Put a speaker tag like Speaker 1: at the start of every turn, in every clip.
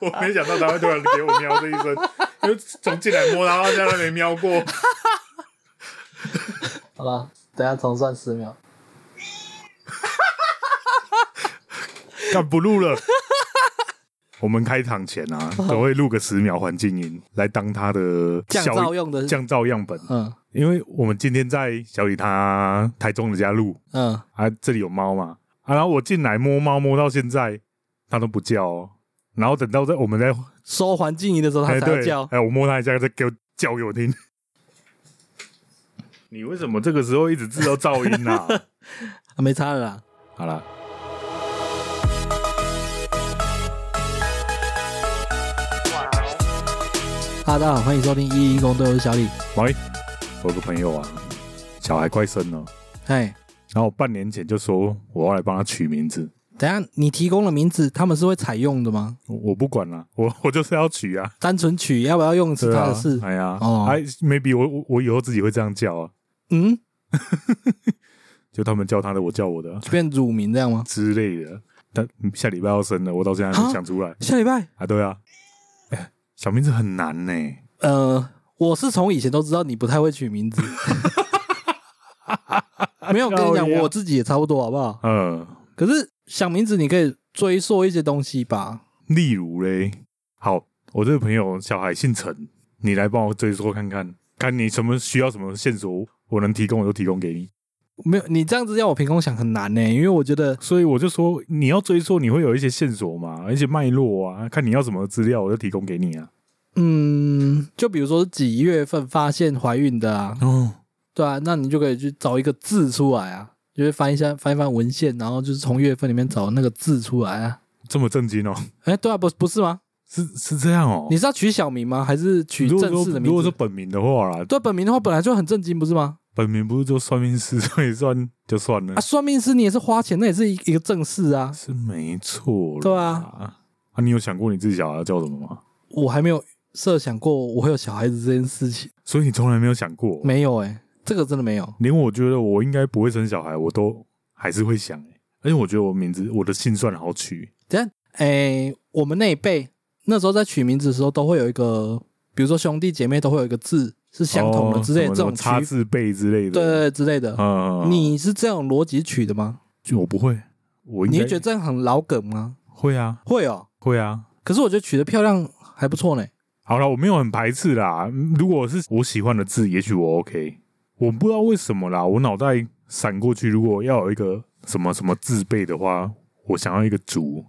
Speaker 1: 我没想到他会突然给我喵这一声，因为从进来摸，然后在那里喵过。
Speaker 2: 好了，等一下重算十秒。
Speaker 1: 干不录了。我们开场前啊，都会录个十秒环境音来当他的
Speaker 3: 哦降
Speaker 1: 效
Speaker 3: 噪用的
Speaker 1: 降噪样本，
Speaker 2: 嗯
Speaker 1: 因为我们今天在小李他台中的家录
Speaker 2: 嗯，
Speaker 1: 啊，这里有猫嘛啊，然后我进来摸猫摸到现在，它都不叫、哦，然后等到在我们在
Speaker 3: 收环境音的时候，它
Speaker 1: 哎
Speaker 3: 才
Speaker 1: 对
Speaker 3: 会叫。
Speaker 1: 哎，我摸它一下，再给我叫给我听。 你为什么这个时候一直制造噪音呢、啊？
Speaker 3: 啊没差了啦。
Speaker 1: 好了，
Speaker 3: 哈，啊大家好，欢迎收听一一公队，我是小李。
Speaker 1: 喂，我有个朋友啊，小孩快生了。
Speaker 3: 哎，
Speaker 1: 然后我半年前就说我要来帮他取名字，
Speaker 3: 等一下你提供的名字，他们是会采用的吗？
Speaker 1: 我我不管了，我 我就是要取啊，
Speaker 3: 单纯取要不要用是
Speaker 1: 对
Speaker 3: 他
Speaker 1: 啊
Speaker 3: 的事。
Speaker 1: 哎呀，
Speaker 3: 哦
Speaker 1: 哎，maybe 我我我以后自己会这样叫啊，
Speaker 3: 嗯，
Speaker 1: 就他们叫他的，我叫我的啊
Speaker 3: 就变乳名这样吗？
Speaker 1: 之类的。但嗯下礼拜要生了，我到现在还没
Speaker 3: 啊
Speaker 1: 想出来
Speaker 3: 下礼拜，
Speaker 1: 啊。对啊，哎小名字很难呢、
Speaker 3: 呃，我是从以前都知道你不太会取 名字。没有，跟你讲，
Speaker 1: 靠腰
Speaker 3: 我自己也差不多，好不好？
Speaker 1: 嗯，
Speaker 3: 可是想名字，你可以追溯一些东西吧。
Speaker 1: 例如嘞，好，我这个朋友小孩姓陈，你来帮我追溯看看，看你什么需要什么线索，我能提供我就提供给你。
Speaker 3: 没有，你这样子要我凭空想很难呢、欸因为我觉得
Speaker 1: 所以我就说，你要追溯，你会有一些线索嘛，而且脉络啊，看你要什么资料，我就提供给你啊。
Speaker 3: 嗯，就比如说是几月份发现怀孕的啊，
Speaker 1: 哦，
Speaker 3: 对啊，那你就可以去找一个字出来啊，就是翻一下翻一翻文献，然后就是从月份里面找那个字出来啊。
Speaker 1: 这么震惊哦，
Speaker 3: 哎，对啊，不不是吗？
Speaker 1: 是是这样哦。
Speaker 3: 你是要取小名吗？还是取
Speaker 1: 如果
Speaker 3: 正式
Speaker 1: 说
Speaker 3: 的
Speaker 1: 如
Speaker 3: 名
Speaker 1: 果说
Speaker 3: 字？
Speaker 1: 本名的话啦，
Speaker 3: 对，本名的话本来就很震惊，不是吗？
Speaker 1: 本名不是就算命师算一算就算了，
Speaker 3: 啊，算命师你也是花钱，那也是一一个正事啊。
Speaker 1: 是没错啦。
Speaker 3: 对
Speaker 1: 啊，啊，你有想过你自己小孩要叫什么吗？
Speaker 3: 我还没有设想过我会有小孩子这件事情，
Speaker 1: 所以你从来没有想过，
Speaker 3: 没有哎、这个真的没有。
Speaker 1: 连我觉得我应该不会生小孩，我都还是会想、欸。而且我觉得我名字我的姓算好取，
Speaker 3: 等一下，哎、我们那一辈那时候在取名字的时候，都会有一个，比如说兄弟姐妹都会有一个字是相同的
Speaker 1: 哦
Speaker 3: 之
Speaker 1: 什
Speaker 3: 类的、
Speaker 1: 么
Speaker 3: 这
Speaker 1: 什么
Speaker 3: 种区
Speaker 1: 差字辈之类的。
Speaker 3: 对对对之类的。
Speaker 1: 嗯，
Speaker 3: 你是这种逻辑取的吗？
Speaker 1: 就我不会，我应
Speaker 3: 你
Speaker 1: 该
Speaker 3: 会觉得这样很老梗吗？
Speaker 1: 会啊，
Speaker 3: 会哦，
Speaker 1: 会啊。
Speaker 3: 可是我觉得取的漂亮还不错呢。
Speaker 1: 好了，我没有很排斥啦。嗯如果是我喜欢的字，也许我 OK。我不知道为什么啦，我脑袋闪过去，如果要有一个什么什么字辈的话，我想要一个竹，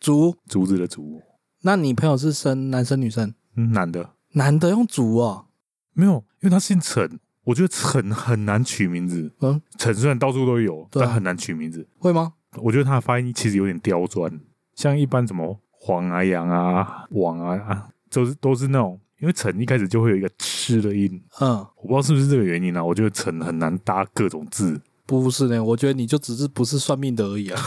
Speaker 3: 竹，
Speaker 1: 竹子的竹，
Speaker 3: 那你朋友是生男生女生？
Speaker 1: 嗯，男的
Speaker 3: 男的用竹哦，
Speaker 1: 没有，因为他姓陈，我觉得陈很难取名字。
Speaker 3: 嗯，
Speaker 1: 陈虽然到处都有，
Speaker 3: 对啊
Speaker 1: 但很难取名字。
Speaker 3: 会吗？
Speaker 1: 我觉得他的发音其实有点刁钻，像一般什么黄啊、羊啊、王啊，啊都是都是那种，因为陈一开始就会有一个吃的音，
Speaker 3: 嗯，
Speaker 1: 我不知道是不是这个原因啊。我觉得陈很难搭各种字。
Speaker 3: 不是呢，我觉得你就只是不是算命的而已啊。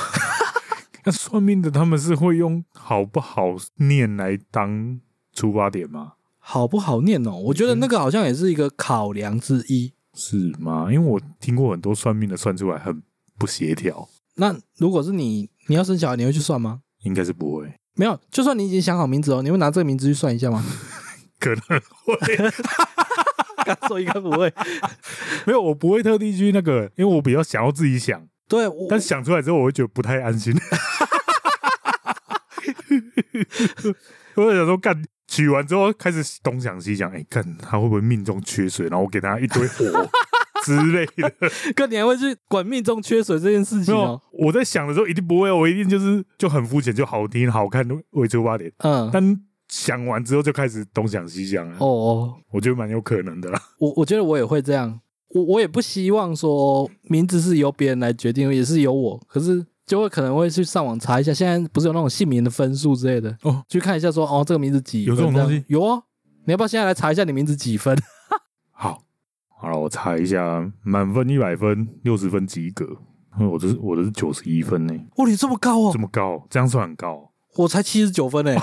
Speaker 1: 那算命的他们是会用好不好念来当出发点吗？
Speaker 3: 好不好念哦？我觉得那个好像也是一个考量之一。
Speaker 1: 是吗？因为我听过很多算命的算出来很不协调，
Speaker 3: 那如果是你，你要生小孩，你会去算吗？
Speaker 1: 应该是不会，
Speaker 3: 没有，就算你已经想好名字哦，你会拿这个名字去算一下吗？
Speaker 1: 可能会
Speaker 3: 所以应该不会。
Speaker 1: 没有，我不会特地去那个，因为我比较想要自己想，
Speaker 3: 对，我
Speaker 1: 但想出来之后，我会觉得不太安心。 我就想说，干取完之后开始东想西想，哎、干他会不会命中缺水？然后我给他一堆火之类 的。
Speaker 3: 跟你还会去管命中缺水这件事
Speaker 1: 没
Speaker 3: 情
Speaker 1: 有
Speaker 3: 哦。，
Speaker 1: 我在想的时候一定不会，我一定就是就很肤浅，就好听好看为出发点。
Speaker 3: 嗯，
Speaker 1: 但想完之后就开始东想西想了，
Speaker 3: 哦哦，
Speaker 1: 我觉得蛮有可能的啦。
Speaker 3: 我我觉得我也会这样，我我也不希望说名字是由别人来决定，也是由我，可是就会可能会去上网查一下，现在不是有那种姓名的分数之类的
Speaker 1: 哦，
Speaker 3: 去看一下说哦这个名字几
Speaker 1: 有这种
Speaker 3: 分样
Speaker 1: 东西
Speaker 3: 有哦。你要不要现在来查一下你名字几分？
Speaker 1: 好，好了，我查一下，满分一百分，六十分及格。我这是我这是九十一分呢、
Speaker 3: 哇，你这么高哦
Speaker 1: 这！么高，这样算很高。哦
Speaker 3: 我才七十九分呢、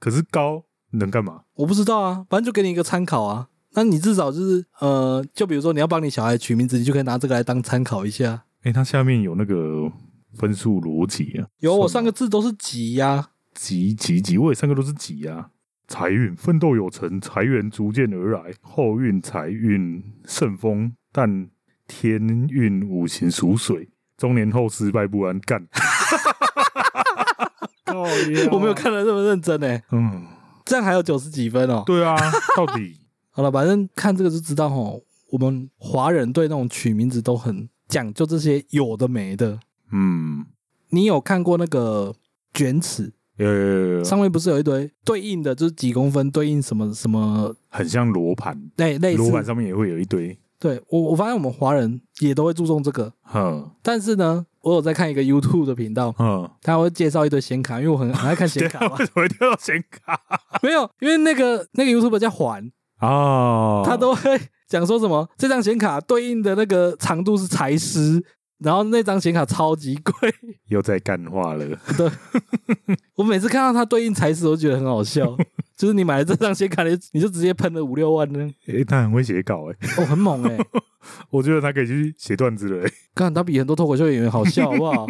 Speaker 1: 可是高能干嘛？
Speaker 3: 我不知道啊，反正就给你一个参考啊。那你至少就是呃，就比如说你要帮你小孩取名字，你就可以拿这个来当参考一下。
Speaker 1: 哎、它下面有那个分数逻辑啊。
Speaker 3: 有我
Speaker 1: 算
Speaker 3: 上
Speaker 1: 吗
Speaker 3: 个字都是几呀、
Speaker 1: 吉吉吉我也三个都是吉啊。财运奋斗有成，财源逐渐而来，后运财运盛风，但天运五行属水，中年后失败不安， 干。 靠呀
Speaker 3: 我没有，看的这么认真呢、
Speaker 1: 嗯，
Speaker 3: 这样还有九十几分哦。
Speaker 1: 对啊，到底
Speaker 3: 好了，反正看这个就知道吼，我们华人对那种取名字都很讲究这些有的没的。
Speaker 1: 嗯，
Speaker 3: 你有看过那个卷尺
Speaker 1: 呃，
Speaker 3: 上面不是有一堆对应的，就是几公分对应什么什么
Speaker 1: 很像罗盘，
Speaker 3: 类类
Speaker 1: 罗盘
Speaker 3: 似？
Speaker 1: 上面也会有一堆，
Speaker 3: 对我我发现我们华人也都会注重这个，
Speaker 1: 哼
Speaker 3: 但是呢，我有在看一个 YouTube 的频道，
Speaker 1: 哼。
Speaker 3: 他会介绍一堆显卡，因为我很很爱看
Speaker 1: 对
Speaker 3: 显卡
Speaker 1: 啊，
Speaker 3: 嘛
Speaker 1: 为。什么会掉到显卡
Speaker 3: 没有，因为那个那个 YouTube 叫环，
Speaker 1: 哦，
Speaker 3: 他都会讲说什么这张显卡对应的那个长度是裁师，然后那张显卡超级贵。
Speaker 1: 又在干话了。
Speaker 3: 我每次看到它对应裁师，我就觉得很好笑。就是你买了这张显卡，你你就直接喷了五六万呢，
Speaker 1: 诶、他很会写稿诶、
Speaker 3: 哦，很猛 哎、
Speaker 1: 我觉得他可以去写段子了、欸。
Speaker 3: 看它比很多脱口秀演员好笑，好不好？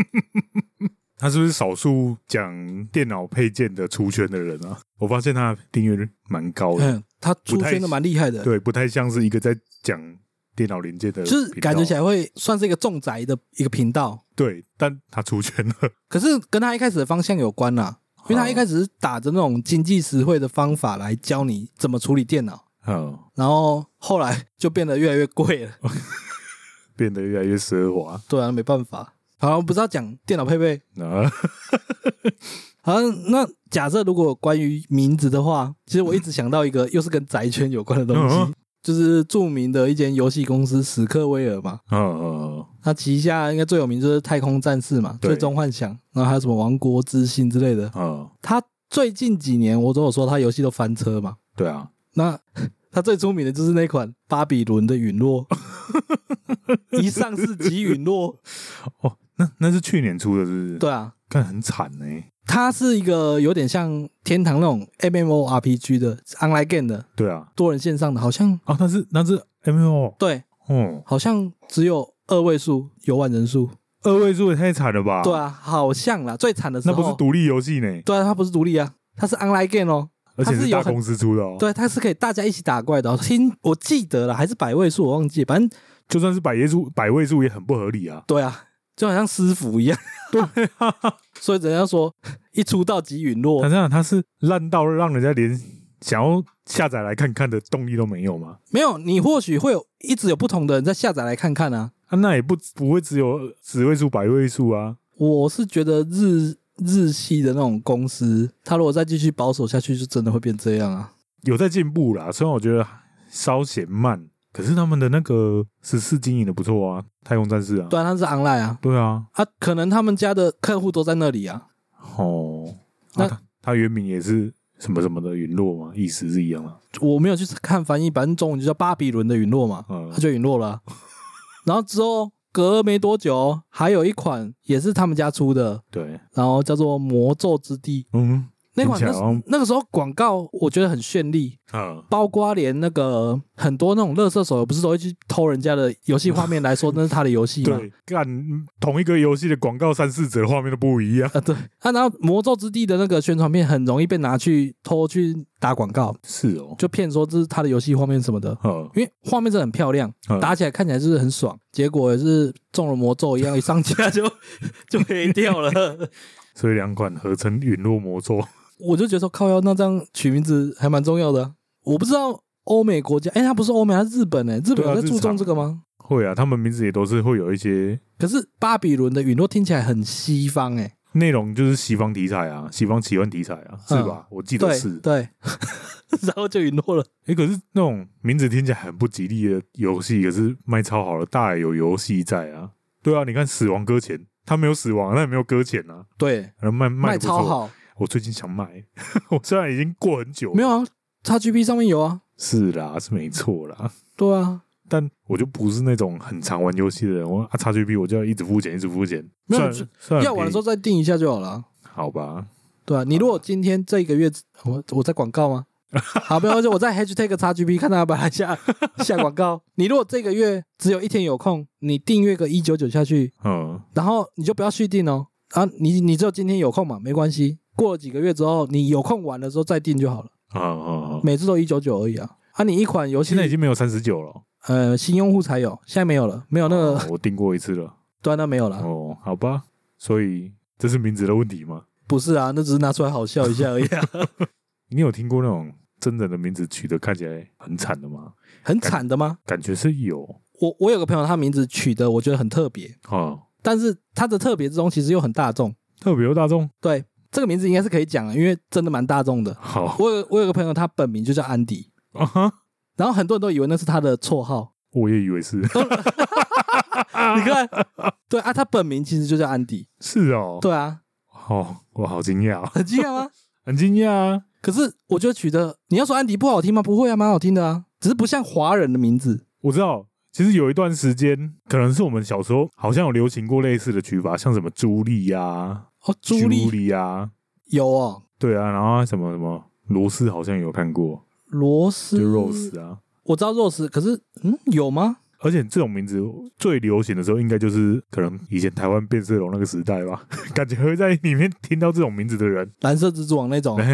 Speaker 1: 他是不是少数讲电脑配件的出圈的人啊？我发现他的订阅率蛮高的，
Speaker 3: 嗯，他出圈的蛮厉害的，
Speaker 1: 对，不太像是一个在讲电脑零件的频道，
Speaker 3: 就是感觉起来会算是一个重宅的一个频道，
Speaker 1: 对，但他出圈了，
Speaker 3: 可是跟他一开始的方向有关啦，因为他一开始是打着那种经济实惠的方法来教你怎么处理电脑，
Speaker 1: 嗯，
Speaker 3: 然后后来就变得越来越贵 了。
Speaker 1: 变得越来越奢华
Speaker 3: 对啊，没办法。好，我不知道讲电脑配备。
Speaker 1: 啊。
Speaker 3: 好，那假设如果关于名字的话，其实我一直想到一个 又是跟宅圈有关的东西，
Speaker 1: 嗯
Speaker 3: 就是著名的一间游戏公司史克威尔嘛，
Speaker 1: 嗯，
Speaker 3: 它旗下应该最有名就是《太空战士》嘛，《
Speaker 1: 对
Speaker 3: 最终幻想》，然后还有什么《王国之心》之类的。
Speaker 1: 嗯，
Speaker 3: 它最近几年我都有说它游戏都翻车嘛，
Speaker 1: 对啊，
Speaker 3: 那它最出名的就是那款《巴比伦的陨落》， 一上市即陨落。
Speaker 1: 哦，那那是去年出的，是不是？，
Speaker 3: 对啊，
Speaker 1: 看很惨呢、
Speaker 3: 它是一个有点像天堂那种 MMORPG 的 online game 的
Speaker 1: 对啊，
Speaker 3: 多人线上的，好像
Speaker 1: 啊，那是那是 M O，
Speaker 3: 对，
Speaker 1: 哦，
Speaker 3: 好像只有二位数游玩人数。
Speaker 1: 二位数也太惨了吧？
Speaker 3: 对，啊，好像啦，最惨的时
Speaker 1: 那
Speaker 3: 候
Speaker 1: 不是独立游戏呢，
Speaker 3: 对啊，它不是独立啊，它是 online game 哦。
Speaker 1: 而且
Speaker 3: 它
Speaker 1: 是
Speaker 3: 是有
Speaker 1: 大
Speaker 3: 很
Speaker 1: 公司出的哦。，
Speaker 3: 对，它是可以大家一起打怪的、哦。听我记得了，还是百位数，我忘记了，反正
Speaker 1: 就算是百页数百位数也很不合理啊。
Speaker 3: 对啊，就好像私服一样。对啊， 所以人家说一出道即陨落
Speaker 1: 想，想，它是烂到让人家连想要下载来看看的动力都没有吗？
Speaker 3: 没有你或许会有一直有不同的人在下载来看看啊。
Speaker 1: 啊，那也不不会只有十位数、百位数啊。
Speaker 3: 我是觉得日日系的那种公司，它如果再继续保守下去，就真的会变这样啊。
Speaker 1: 有在进步啦，虽然我觉得稍显慢，可是他们的那个十四经营的不错啊，太空战士啊，
Speaker 3: 对啊，它是 online 啊，
Speaker 1: 对啊，
Speaker 3: 啊，可能他们家的客户都在那里啊。
Speaker 1: 哦，
Speaker 3: 那
Speaker 1: 那它原名也是什么什么的陨落嘛，意思是一样的，
Speaker 3: 我没有去看翻译，反正中文就叫巴比伦的陨落嘛，
Speaker 1: 嗯
Speaker 3: 它就陨落了啊、然后之后隔没多久，还有一款也是他们家出的，
Speaker 1: 对，
Speaker 3: 然后叫做《魔咒之地》
Speaker 1: 嗯，
Speaker 3: 那款
Speaker 1: 听
Speaker 3: 那
Speaker 1: 起来好像
Speaker 3: 时那个时候广告我觉得很绚丽，
Speaker 1: 啊，
Speaker 3: 包括连那个很多那种乐色手游不是都会去偷人家的游戏画面来说那是他的游戏吗？
Speaker 1: 对，干同一个游戏的广告三四折画面都不一样，
Speaker 3: 啊，对啊，然后《魔咒之地》的那个宣传片很容易被拿去偷去打广告，
Speaker 1: 是哦，
Speaker 3: 就骗说这是他的游戏画面什么的，
Speaker 1: 嗯，
Speaker 3: 因为画面真的很漂亮，
Speaker 1: 嗯
Speaker 3: 打起来看起来就是很爽，结果也是中了魔咒一样，一上架就 就黑掉了。
Speaker 1: 所以两款合成陨落魔咒，
Speaker 3: 我就觉得说靠腰，那这样取名字还蛮重要的啊、我不知道欧美国家，哎、它不是欧美，它是日本哎、日本
Speaker 1: 对啊
Speaker 3: 有在注
Speaker 1: 日常
Speaker 3: 重这个吗？
Speaker 1: 会啊，他们名字也都是会有一些
Speaker 3: 可是巴比伦的陨落听起来很西方哎、
Speaker 1: 内容，就是西方题材啊，西方奇幻题材啊，是
Speaker 3: 嗯
Speaker 1: 吧？我记得
Speaker 3: 对
Speaker 1: 是。
Speaker 3: 对， 然后就陨落了。
Speaker 1: 诶，可是那种名字听起来很不吉利的游戏，可是卖超好了，大有游戏在啊。对啊，你看《死亡搁浅》，它没有死亡，那也没有搁浅啊，
Speaker 3: 对，
Speaker 1: 然后卖卖
Speaker 3: 卖
Speaker 1: 得不
Speaker 3: 超
Speaker 1: 错。
Speaker 3: 好，
Speaker 1: 我最近想买，我虽然已经过很久，
Speaker 3: 没有啊，XGP 上面有啊，
Speaker 1: 是啦，是没错啦。
Speaker 3: 对啊，
Speaker 1: 但我就不是那种很常玩游戏的人，我啊叉 GP 我就要一直付钱，一直付钱。
Speaker 3: 没有
Speaker 1: 算
Speaker 3: 就
Speaker 1: 算
Speaker 3: 要玩的时候再定一下就好了啊。
Speaker 1: 好吧，
Speaker 3: 对啊，你如果今天这一个月我我在 广告吗？好，没有，就我在 hashtag XGP 看到把它下下广告。你如果这个月只有一天有空，你订阅个一九九下去，
Speaker 1: 嗯，
Speaker 3: 然后你就不要续订哦。啊，你你只有今天有空嘛，没关系，过了几个月之后，你有空玩的时候再订就好了，
Speaker 1: 啊啊！啊
Speaker 3: 每次都一九九而已啊。啊，你一款游戏
Speaker 1: 现在已经没有三十九了，
Speaker 3: 呃新用户才有，现在没有了，没有那个
Speaker 1: 哦我订过一次了。
Speaker 3: 端那没有了。
Speaker 1: 哦，好吧，所以这是名字的问题吗？
Speaker 3: 不是啊，那只是拿出来好笑一下而已、 啊，
Speaker 1: 你有听过那种真人的名字取得看起来很惨的吗？
Speaker 3: 很惨的吗？
Speaker 1: 感觉是有
Speaker 3: 我我有个朋友，他名字取的我觉得很特别，
Speaker 1: 啊，
Speaker 3: 但是他的特别之中其实又很大众。
Speaker 1: 特别有哦大众。
Speaker 3: 对，这个名字应该是可以讲啊的，因为真的蛮大众的。
Speaker 1: 好
Speaker 3: 我有我有个朋友，他本名就叫安迪，
Speaker 1: 啊哈，
Speaker 3: 然后很多人都以为那是他的绰号。
Speaker 1: 我也以为是，
Speaker 3: 你看，对啊，他本名其实就叫安迪。
Speaker 1: 是哦。
Speaker 3: 对啊，
Speaker 1: 哦，我好惊讶哦，
Speaker 3: 很惊 讶吗？
Speaker 1: 很惊讶啊。
Speaker 3: 可是我觉得取的，你要说安迪不好听吗？不会啊，蛮好听的啊，只是不像华人的名字。
Speaker 1: 我知道，其实有一段时间，可能是我们小时候好像有流行过类似的取法，像什么朱莉呀、
Speaker 3: 哦，朱莉
Speaker 1: 莉呀，
Speaker 3: 有哦，
Speaker 1: 对啊，然后什么什么罗斯好像有看过，
Speaker 3: 罗斯
Speaker 1: 就 Rose 啊。
Speaker 3: 我知道 Rose，可是嗯，有吗？
Speaker 1: 而且这种名字最流行的时候，应该就是可能以前台湾变色龙那个时代吧， 感觉会在里面听到这种名字的人。
Speaker 3: 蓝色蜘蛛网那种
Speaker 1: 嘿，。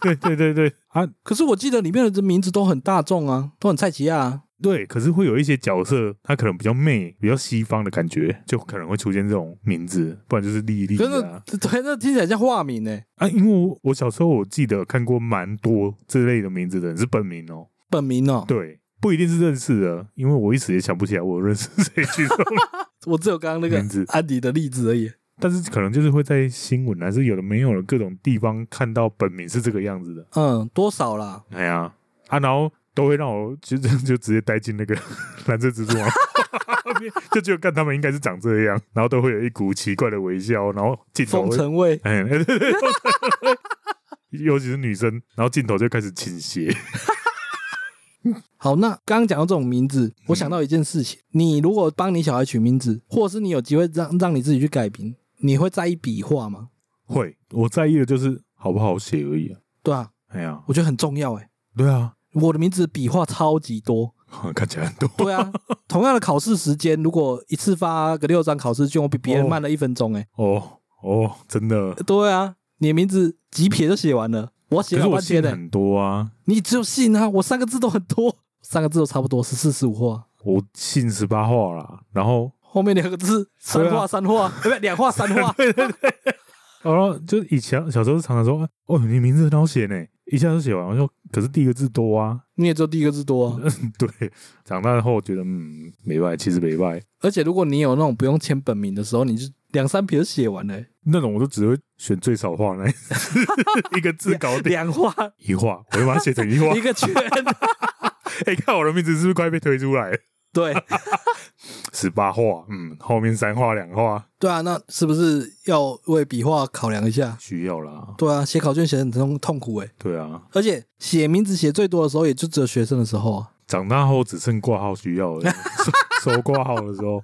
Speaker 1: 对对对对对啊，
Speaker 3: 可是我记得里面的名字都很大众啊，都很菜奇亚、啊。
Speaker 1: 对。可是会有一些角色，他可能比较媚，比较西方的感觉，就可能会出现这种名字，不然就是莉莉
Speaker 3: 可是
Speaker 1: 啊
Speaker 3: 那对，那听起来像化名呢、
Speaker 1: 啊。因为我我小时候我记得看过蛮多这类的名字的人是本名哦，
Speaker 3: 本名哦、
Speaker 1: 对，不一定是认识的，因为我一时也想不起来我认识谁去这种
Speaker 3: 我只有刚刚那
Speaker 1: 名字
Speaker 3: 个安迪的例子而已。
Speaker 1: 但是可能就是会在新闻还是有的没有的各种地方看到本名是这个样子的。
Speaker 3: 嗯，多少啦？
Speaker 1: 哎呀，啊，然后都会让我就就直接带进那个 蓝色蜘蛛网后面，就觉得看他们应该是长这样，然后都会有一股奇怪的微笑，然后镜头
Speaker 3: 风
Speaker 1: 会
Speaker 3: 尘味，
Speaker 1: 哎， 对对对，风尘尤其是女生，然后镜头就开始倾斜。
Speaker 3: 好，那刚刚讲到这种名字，
Speaker 1: 嗯
Speaker 3: 我想到一件事情：你如果帮你小孩取名字，或者是你有机会让让你自己去改名，你会在意笔画吗？
Speaker 1: 会，我在意的就是好不好写而已、啊。
Speaker 3: 对啊，
Speaker 1: 哎呀，
Speaker 3: 我觉得很重要哎、
Speaker 1: 对啊，
Speaker 3: 我的名字笔画超级多，
Speaker 1: 看起来很多。
Speaker 3: 对 啊，同样的考试时间，如果一次发个六张考试卷，我比别人慢了一分钟哎、
Speaker 1: 哦哦，真的。
Speaker 3: 对啊，你的名字几撇就写完了，我写
Speaker 1: 可是
Speaker 3: 了
Speaker 1: 我
Speaker 3: 半天
Speaker 1: 信
Speaker 3: 呢、
Speaker 1: 很多啊，
Speaker 3: 你只有信啊，我三个字都很多，三个字都差不多十四十五画，
Speaker 1: 我信十八画啦，然后
Speaker 3: 后面两个字三
Speaker 1: 对啊
Speaker 3: 画 三画，哎不是两画三画，
Speaker 1: 然后就以前小时候常常说，哦，你名字很好写呢，一下就写完。我说，可是第一个字多啊。
Speaker 3: 你也只有第一个字多、啊。
Speaker 1: 对，长大后觉得，嗯，没败，其实没败。
Speaker 3: 而且如果你有那种不用签本名的时候，你就两三撇就写完了、
Speaker 1: 那种我都只会选最少画那一次 一个字搞定，
Speaker 3: 两画
Speaker 1: 一画，我就把它写成一画
Speaker 3: 一。个圈，
Speaker 1: 哎、看我的名字是不是快被推出来了？
Speaker 3: 对
Speaker 1: 十八画，嗯，后面三画两画
Speaker 3: 对啊，那是不是要为笔画考量一下？
Speaker 1: 需要啦。
Speaker 3: 对啊，写考卷写得很痛痛苦哎、
Speaker 1: 对啊，
Speaker 3: 而且写名字写最多的时候，也就只有学生的时候啊。
Speaker 1: 长大后只剩挂号需 要了，收收挂号的时候。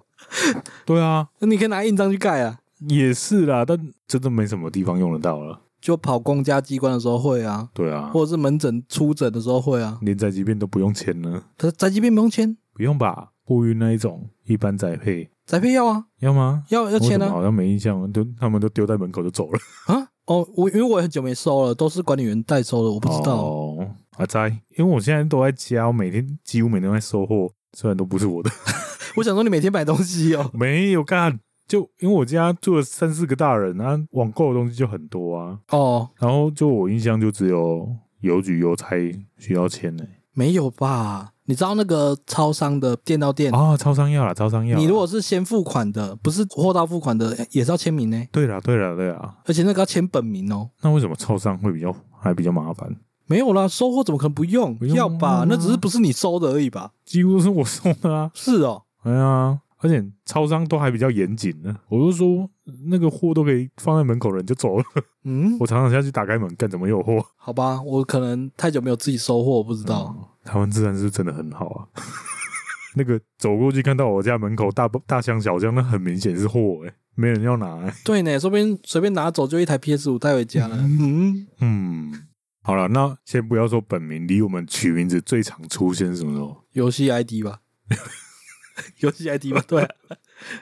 Speaker 1: 对啊，
Speaker 3: 那你可以拿印章去盖啊，
Speaker 1: 也是啦，但真的没什么地方用得到了。
Speaker 3: 就跑公家机关的时候会啊，
Speaker 1: 对啊，
Speaker 3: 或者是门诊出诊的时候会啊。
Speaker 1: 连宅急便都不用签呢？
Speaker 3: 可是宅急便不用签，
Speaker 1: 不用吧？不孕那一种一般宅配
Speaker 3: 宅配要啊，
Speaker 1: 要吗？
Speaker 3: 要要
Speaker 1: 我
Speaker 3: 签
Speaker 1: 怎么
Speaker 3: 啊
Speaker 1: 好像没印象，都他们都丢在门口就走了。
Speaker 3: 啊！哦，我因为我也很久没收了，都是管理员代收的，我不知道。
Speaker 1: 哦，阿斋，因为我现在都在家，我每天几乎每天都在收货，虽然都不是我 的，
Speaker 3: 我想说你每天买东西哦，
Speaker 1: 没有干。就因为我家住了三四个大人啊，网购的东西就很多啊。
Speaker 3: 哦，
Speaker 1: 然后就我印象就只有邮局邮差需要签呢、
Speaker 3: 没有吧？你知道那个超商的店到店，
Speaker 1: 啊，超商要啦，超商要啦。
Speaker 3: 你如果是先付款的，不是货到付款的，也是要签名呢，
Speaker 1: 对啦，对啦，对啦，
Speaker 3: 而且那个要签本名哦。
Speaker 1: 那为什么超商会比较还比较麻烦？
Speaker 3: 没有啦，收货怎么可能不用？
Speaker 1: 不用
Speaker 3: 要吧
Speaker 1: 啊？
Speaker 3: 那只是不是你收的而已吧？
Speaker 1: 几乎是我送的啊。
Speaker 3: 是哦，
Speaker 1: 哎呀，而且超商都还比较严谨呢。我就说那个货都可以放在门口，人就走了。
Speaker 3: 嗯，
Speaker 1: 我常常下去打开门，干怎么有货？
Speaker 3: 好吧，我可能太久没有自己收货，我不知道。
Speaker 1: 台湾治安是真的很好啊。 那个走过去看到我家门口大包大箱小箱，那很明显是货哎、没人要拿、欸。
Speaker 3: 对呢，说不定随便拿走就一台 PS 五带回家了。嗯，
Speaker 1: 嗯，好了，那先不要说本名，离我们取名字最常出现是什么时候？
Speaker 3: 游戏 ID 吧， 游戏 ID 吧，对啊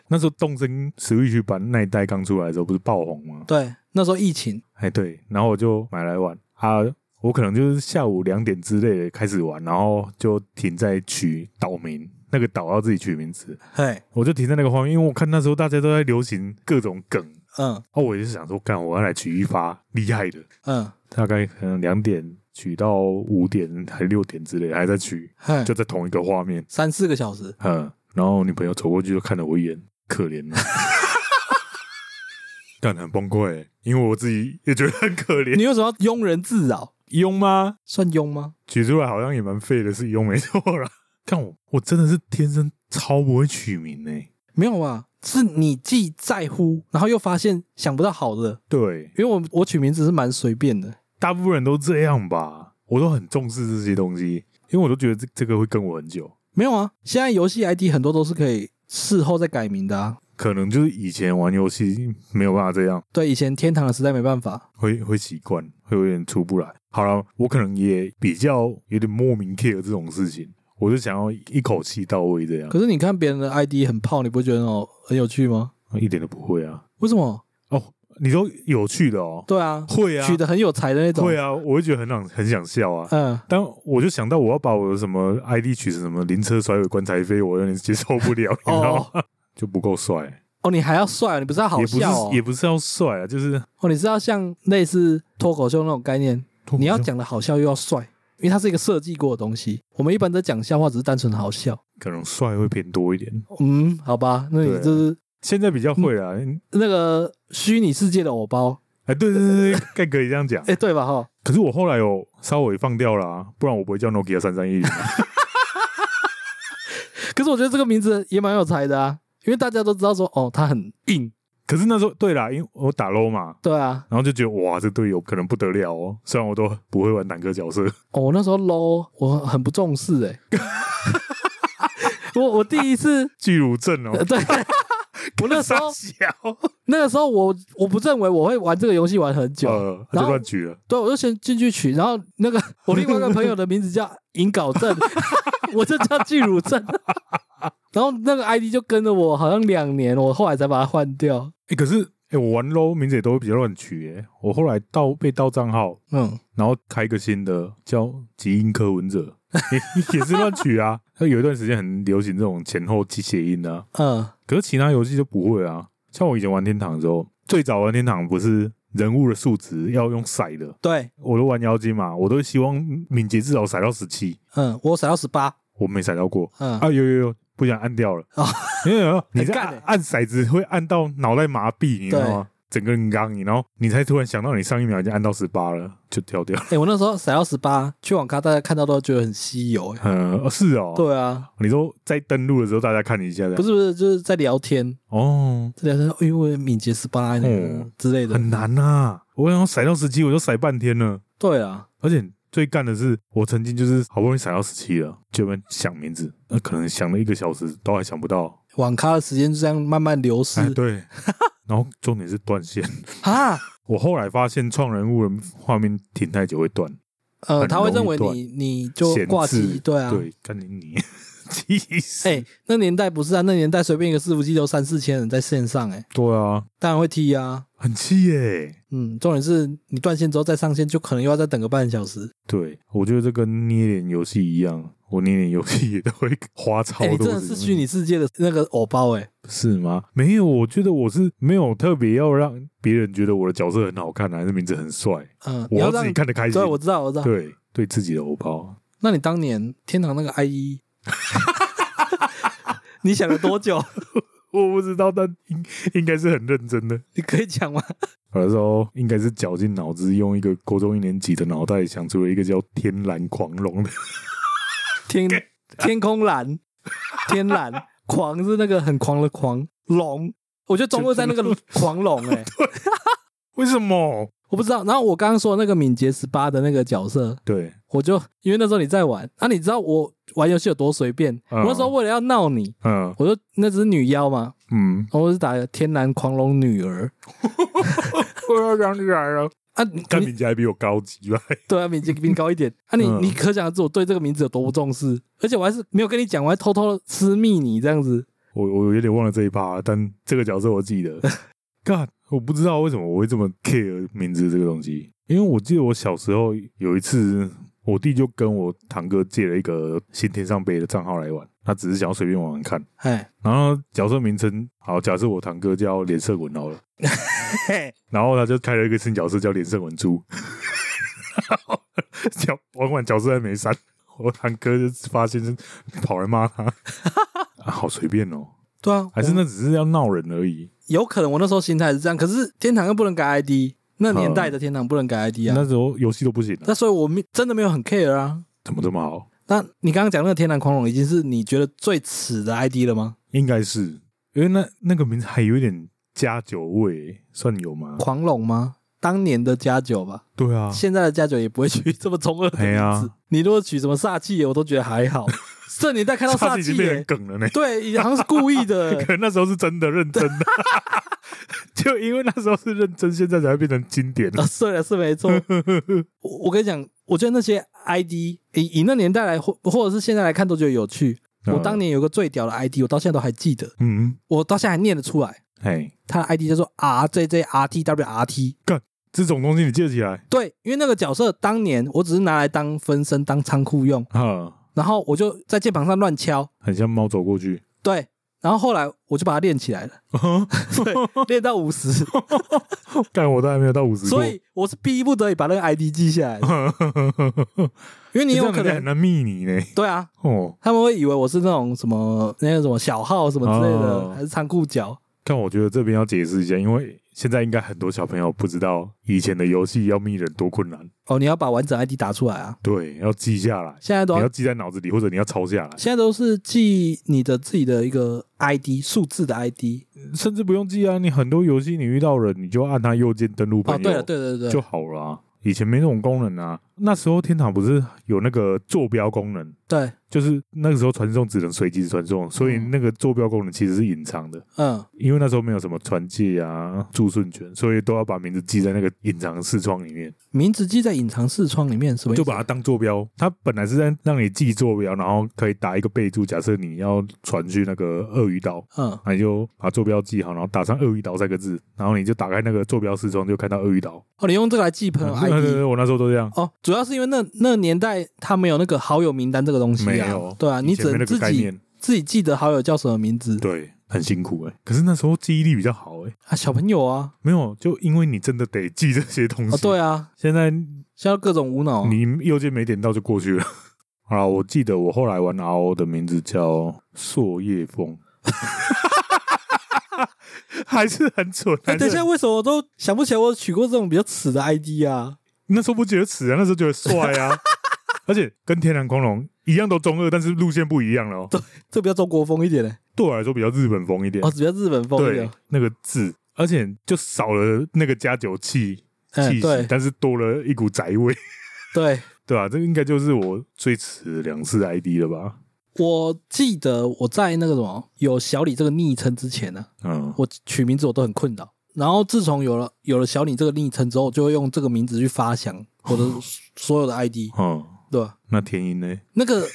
Speaker 1: 那时候动森 Switch 版那一代刚出来的时候，不是爆红吗？
Speaker 3: 对，那时候疫情，
Speaker 1: 哎，对，然后我就买来玩啊。我可能就是下午两点之类的开始玩，然后就停在取岛名，那个岛要自己取名字，
Speaker 3: 嘿，
Speaker 1: 我就停在那个画面，因为我看那时候大家都在流行各种梗，
Speaker 3: 嗯
Speaker 1: 哦，我也是想说，干，我要来取一发厉害的，
Speaker 3: 嗯，
Speaker 1: 大概可能两点取到五点还六点之类，还在取，
Speaker 3: 嘿
Speaker 1: 就，在同一个画面，
Speaker 3: 三四个小时，
Speaker 1: 嗯，然后女朋友走过去就看了我一眼，可怜了， 干很崩溃，欸因为我自己也觉得很可怜。
Speaker 3: 你为什么要庸人自扰？
Speaker 1: 庸吗？
Speaker 3: 算庸吗？
Speaker 1: 取出来好像也蛮废的，是庸没错啦。看我，我真的是天生超不会取名欸呢、
Speaker 3: 没有吧？是你既在乎，然后又发现想不到好的，
Speaker 1: 对，
Speaker 3: 因为我我取名字是蛮随便的，
Speaker 1: 大部分人都这样吧，我都很重视这些东西，因为我都觉得这这个会跟我很久。
Speaker 3: 没有啊。现在游戏 ID 很多都是可以事后再改名的啊。
Speaker 1: 可能就是以前玩游戏没有办法这样，
Speaker 3: 对，以前天堂的时代没办法，
Speaker 1: 会会习惯，会有点出不来。好了，我可能也比较有点莫名 care 这种事情，我就想要一口气到位这样，
Speaker 3: 可是你看别人的 ID 很泡，你不觉得哦很有趣吗？
Speaker 1: 一点都不会啊。
Speaker 3: 为什么？
Speaker 1: 哦，你说有趣的哦，
Speaker 3: 对啊，
Speaker 1: 会啊，
Speaker 3: 取得很有才的那种。
Speaker 1: 会啊，我会觉得很想很想笑啊。
Speaker 3: 嗯，
Speaker 1: 但我就想到我要把我的什么 ID 取成什么灵车甩尾棺材飞，我有点接受不了，你知道吗？就不够帅，
Speaker 3: 哦，你还要帅哦，你不是要好
Speaker 1: 也不是
Speaker 3: 笑哦，
Speaker 1: 也不是要帅啊，就是
Speaker 3: 哦，你是要像类似脱口秀那种概念，你要讲的好笑又要帅，因为它是一个设计过的东西。我们一般在讲笑话，只是单纯好笑。
Speaker 1: 可能帅会偏多一点，
Speaker 3: 嗯，好吧，那你
Speaker 1: 哦对
Speaker 3: 就是
Speaker 1: 现在比较会啦。嗯
Speaker 3: 那个虚拟世界的偶包，
Speaker 1: 哎，对对对对，该可以这样讲
Speaker 3: 哎、。对吧？哈，
Speaker 1: 可是我后来有稍微放掉啦、不然我不会叫 Nokia 三三一。
Speaker 3: 可是我觉得这个名字也蛮有才的啊，因为大家都知道说，哦，他很硬，
Speaker 1: 可是那时候对啦，因为我打 LO 嘛，
Speaker 3: 对啊。
Speaker 1: 然后就觉得哇，这队友可能不得了哦。虽然我都不会玩坦克角色，
Speaker 3: 哦，我那时候 low，我很不重视、欸， 我我第一次，
Speaker 1: 巨乳症哦
Speaker 3: 呃，对，我那时候
Speaker 1: 傻小，
Speaker 3: 那个时候我我不认为我会玩这个游戏玩很久，
Speaker 1: 呃，他就
Speaker 3: 然后
Speaker 1: 乱举了。
Speaker 3: 对，我就先进去取，然后那 个我另外一个朋友的名字叫尹稿正，我就叫巨乳正， 然后那个 ID 就跟了我好像两年，我后来才把它换掉。
Speaker 1: 哎、可是哎、我玩 LO 名字也都会比较乱取哎、我后来盗被盗账号，
Speaker 3: 嗯，
Speaker 1: 然后开一个新的叫极音科文者，也也是乱取啊。他有一段时间很流行这种前后机谐音啊，
Speaker 3: 嗯，
Speaker 1: 可是其他游戏就不会啊。像我以前玩天堂的时候，最早玩天堂不是人物的数值要用骰的，
Speaker 3: 对，
Speaker 1: 我都玩妖精嘛，我都希望敏捷至少骰到十七，
Speaker 3: 嗯，我甩到十八，
Speaker 1: 我没骰到过
Speaker 3: 嗯，
Speaker 1: 啊，有有有，不想按掉了
Speaker 3: 哦，
Speaker 1: 因为 你在
Speaker 3: 很干
Speaker 1: 按
Speaker 3: 欸
Speaker 1: 按骰子会按到脑袋麻痹，你知道吗？整个人刚你，然后你才突然想到你上一秒已经按到十八了，就跳掉了。
Speaker 3: 哎、我那时候甩到十八，去网咖大家看到都觉得很稀有、哎，
Speaker 1: 嗯，哦是哦，，
Speaker 3: 对啊，你
Speaker 1: 你说在登录的时候大家看一下的，
Speaker 3: 不
Speaker 1: 是
Speaker 3: 是不是，就是在聊天，
Speaker 1: 哦，
Speaker 3: 在聊天，哎呦，我敏捷十八呢
Speaker 1: 嗯
Speaker 3: 之类的，
Speaker 1: 很难呐，我想要骰到十七，我就骰半天了。
Speaker 3: 对啊，
Speaker 1: 而且最干的是，我曾经就是好不容易闪到十七了，就在那边想名字，那、可能想了一个小时都还想不到。
Speaker 3: 网咖的时间就这样慢慢流
Speaker 1: 哎，
Speaker 3: 失
Speaker 1: 对。然后重点是断线，
Speaker 3: 啊，
Speaker 1: 我后来发现创人物的画面停太久会断，
Speaker 3: 呃，
Speaker 1: 很
Speaker 3: 他会
Speaker 1: 容
Speaker 3: 认
Speaker 1: 易
Speaker 3: 为
Speaker 1: 断
Speaker 3: 你你就
Speaker 1: 闲
Speaker 3: 挂
Speaker 1: 置
Speaker 3: 机，对啊，
Speaker 1: 对，干你你， 气死！
Speaker 3: 哎、那年代不是啊，那年代随便一个伺服器都三四千人在线上、哎，
Speaker 1: 对啊，
Speaker 3: 当然会踢啊。
Speaker 1: 很气耶、
Speaker 3: 嗯，重点是你断线之后再上线，就可能又要再等个半小时。
Speaker 1: 对，我觉得这跟捏脸游戏一样，我捏脸游戏也都会花超
Speaker 3: 哎、你
Speaker 1: 多
Speaker 3: 真
Speaker 1: 时
Speaker 3: 的
Speaker 1: 间。
Speaker 3: 是虚拟世界的那个偶包哎、
Speaker 1: 是吗？没有，我觉得我是没有特别要让别人觉得我的角色很好看，啊还是名字很帅。
Speaker 3: 嗯，你
Speaker 1: 我
Speaker 3: 要
Speaker 1: 要自
Speaker 3: 让
Speaker 1: 己看得开心
Speaker 3: 对，。我知道，我知道。
Speaker 1: 对，对自己的欧包，
Speaker 3: 那你当年天堂那个 IE，你想了多久？
Speaker 1: 我不知道，但应应该是很认真的。
Speaker 3: 你可以讲吗？
Speaker 1: 有的时候应该是绞尽脑汁，用一个国中一年级的脑袋想出了一个叫“天蓝狂龙”的，
Speaker 3: 天天空蓝，天蓝狂是那个很狂的狂龙，我觉得中国在那个狂龙哎、
Speaker 1: 为什么？
Speaker 3: 我不知道。然后我刚刚说的那个敏捷十八的那个角色，
Speaker 1: 对，
Speaker 3: 我就因为那时候你在玩，啊，你知道我玩游戏有多随便，
Speaker 1: 嗯
Speaker 3: 我那时候为了要闹你，
Speaker 1: 嗯
Speaker 3: 我就那只女妖嘛，
Speaker 1: 嗯，
Speaker 3: 然后我就打天蓝狂龙女儿
Speaker 1: 我要想起来了，
Speaker 3: 啊，你
Speaker 1: 干
Speaker 3: 你
Speaker 1: 敏捷还比我高级吧？
Speaker 3: 对啊，敏捷比你高一 点啊你，你
Speaker 1: 嗯
Speaker 3: 可想而知我对这个名字有多不重视，而且我还是没有跟你讲，我还偷偷私密你这样子，
Speaker 1: 我我有点忘了这一趴，但这个角色我记得。 God，我不知道为什么我会这么 care 名字这个东西，因为我记得我小时候有一次，我弟就跟我堂哥借了一个新天上杯的账号来玩，他只是想要随便玩玩看。
Speaker 3: 哎，
Speaker 1: 然后角色名称，好，假设我堂哥叫连胜文好了，
Speaker 3: 嘿
Speaker 1: 然后他就开了一个新角色叫连胜文 猪，角 玩完角色还没删，我堂哥就发现是跑来骂 他，啊、好随便哦，
Speaker 3: 对啊，
Speaker 1: 还是
Speaker 3: 我
Speaker 1: 那只是要闹人而已。
Speaker 3: 有可能我那时候心态是这样，可是天堂又不能改 ID，那年代的天堂不能改 ID 啊
Speaker 1: 那，时候游戏都不行了、
Speaker 3: 那所以我没真的没有很 care 啊。
Speaker 1: 怎么这么好？
Speaker 3: 那你刚刚讲那个天堂狂龙已经是你觉得最耻的 ID 了吗？
Speaker 1: 应该是，因为那那个名字还有一点加酒味，算有吗？
Speaker 3: 狂龙吗？当年的加九吧，
Speaker 1: 对啊，
Speaker 3: 现在的加九也不会取 这么中二的
Speaker 1: 哎
Speaker 3: 名字
Speaker 1: 呀。
Speaker 3: 你如果取什么煞气爷，我都觉得还 好。这年代看到
Speaker 1: 他
Speaker 3: 煞
Speaker 1: 已
Speaker 3: 气
Speaker 1: 经变成
Speaker 3: 爷，
Speaker 1: 梗了呢。
Speaker 3: 对，好像是故意的。
Speaker 1: 可能那时候是真的认真的， 就因为那时候是认真，现在才会变成经典。
Speaker 3: 啊，是的，是 没错。我我跟你讲，我觉得那些 ID 以以那年代来或或者是现在来看都觉得有趣。
Speaker 1: 啊
Speaker 3: 我当年有个最屌的 ID，我到现在都还记得，
Speaker 1: 嗯，
Speaker 3: 我到现在还念得出来。
Speaker 1: 哎，
Speaker 3: 他的 ID 叫做 R J J R T W R T。
Speaker 1: 这种东西你记得起来
Speaker 3: 对，因为那个角色当年我只是拿来当分身、当仓库用，
Speaker 1: 啊，
Speaker 3: 然后我就在键盘上乱敲，
Speaker 1: 很像猫走过 去。
Speaker 3: 对，然后后来我就把它练起来 了，对，练到五十，
Speaker 1: 但我都还没有到五十，
Speaker 3: 所以我是逼不得已把那个 ID 记 下来的，因为你
Speaker 1: 你
Speaker 3: 有可
Speaker 1: 很
Speaker 3: 能
Speaker 1: 难密你呢。
Speaker 3: 对啊，
Speaker 1: 哦，
Speaker 3: 他们会以为我是那种什么那个什么小号什么之类的，
Speaker 1: 哦
Speaker 3: 还是仓库角，
Speaker 1: 但我觉得这边要解释一下，因为现在应该很多小朋友不知道以前的游戏要密人多困难。
Speaker 3: 哦，你要把完整 ID 打出来啊，
Speaker 1: 对，要记下来，啊
Speaker 3: 现在都
Speaker 1: 你
Speaker 3: 要
Speaker 1: 要记在脑子里，或者你要抄下来，
Speaker 3: 现在都是记你的自己的一个 ID 数字的 ID
Speaker 1: 甚至不用记啊。你很多游戏你遇到人，你就按他右键登录朋啊
Speaker 3: 哦，
Speaker 1: 友，
Speaker 3: 对了，对对对
Speaker 1: 就
Speaker 3: 对，
Speaker 1: 好了啊、以前没这种功能啊。那时候天堂不是有那个坐标功能，
Speaker 3: 对，
Speaker 1: 就是那个时候传送只能随机传送，所以
Speaker 3: 嗯
Speaker 1: 那个坐标功能其实是隐藏的。
Speaker 3: 嗯，
Speaker 1: 因为那时候没有什么传记啊、注顺权，所以都要把名字记在那个隐藏视窗里面，
Speaker 3: 名字记在隐藏视窗里面，什么意思
Speaker 1: 就把它当坐标。它本来是在让你记坐标，然后可以打一个备注，假设你要传去那个鳄鱼岛。
Speaker 3: 嗯
Speaker 1: 那你就把坐标记好，然后打上“鳄鱼岛”三个字，然后你就打开那个坐标视窗，就看到鳄鱼岛。
Speaker 3: 哦，你用这个来记朋友
Speaker 1: 对哎对
Speaker 3: ID
Speaker 1: 对，我那时候都这样。
Speaker 3: 哦，主要是因为那那年代他没有那个好友名单这个东西、啊，
Speaker 1: 没有，
Speaker 3: 对啊，
Speaker 1: 以
Speaker 3: 你
Speaker 1: 前
Speaker 3: 只
Speaker 1: 没那
Speaker 3: 能
Speaker 1: 个
Speaker 3: 自
Speaker 1: 概
Speaker 3: 己
Speaker 1: 念，
Speaker 3: 自己记得好友叫什么名字
Speaker 1: 对，很辛苦哎、可是那时候记忆力比较好哎、
Speaker 3: 啊，小朋友啊，
Speaker 1: 没有，就因为你真的得记这些东西。
Speaker 3: 哦对啊，
Speaker 1: 现在
Speaker 3: 现在各种无脑，
Speaker 1: 嗯
Speaker 3: 啊
Speaker 1: 你右键没点到就过去了。
Speaker 3: 哦
Speaker 1: 好啦，我记得我后来玩 RO 的名字叫朔夜风， 还是很蠢。还
Speaker 3: 哎、
Speaker 1: 是
Speaker 3: 等一下，
Speaker 1: 很，
Speaker 3: 为什么我都想不起来我取过这种比较耻的 ID 啊？
Speaker 1: 那时候不觉得耻啊，那时候觉得帅啊，而且跟天然空龙一样都中二，但是路线不一样了。哦
Speaker 3: 这比较中国风一点嘞、
Speaker 1: 对我来说比较日本风一点，
Speaker 3: 哦，比较日本风一
Speaker 1: 对
Speaker 3: 点，
Speaker 1: 那个字，而且就少了那个加酒气
Speaker 3: 嗯
Speaker 1: 气息，
Speaker 3: 对
Speaker 1: 但是多了一股宅味，
Speaker 3: 对。
Speaker 1: 对吧、这应该就是我最迟两次 ID 了吧？
Speaker 3: 我记得我在那个什么有小李这个昵称之前呢、
Speaker 1: 嗯，
Speaker 3: 我取名字我都很困扰。然后自从有了有了小李这个昵称之后，我就会用这个名字去发想我的所有的 ID，
Speaker 1: 嗯，
Speaker 3: 对吧？
Speaker 1: 那天音呢？
Speaker 3: 那个，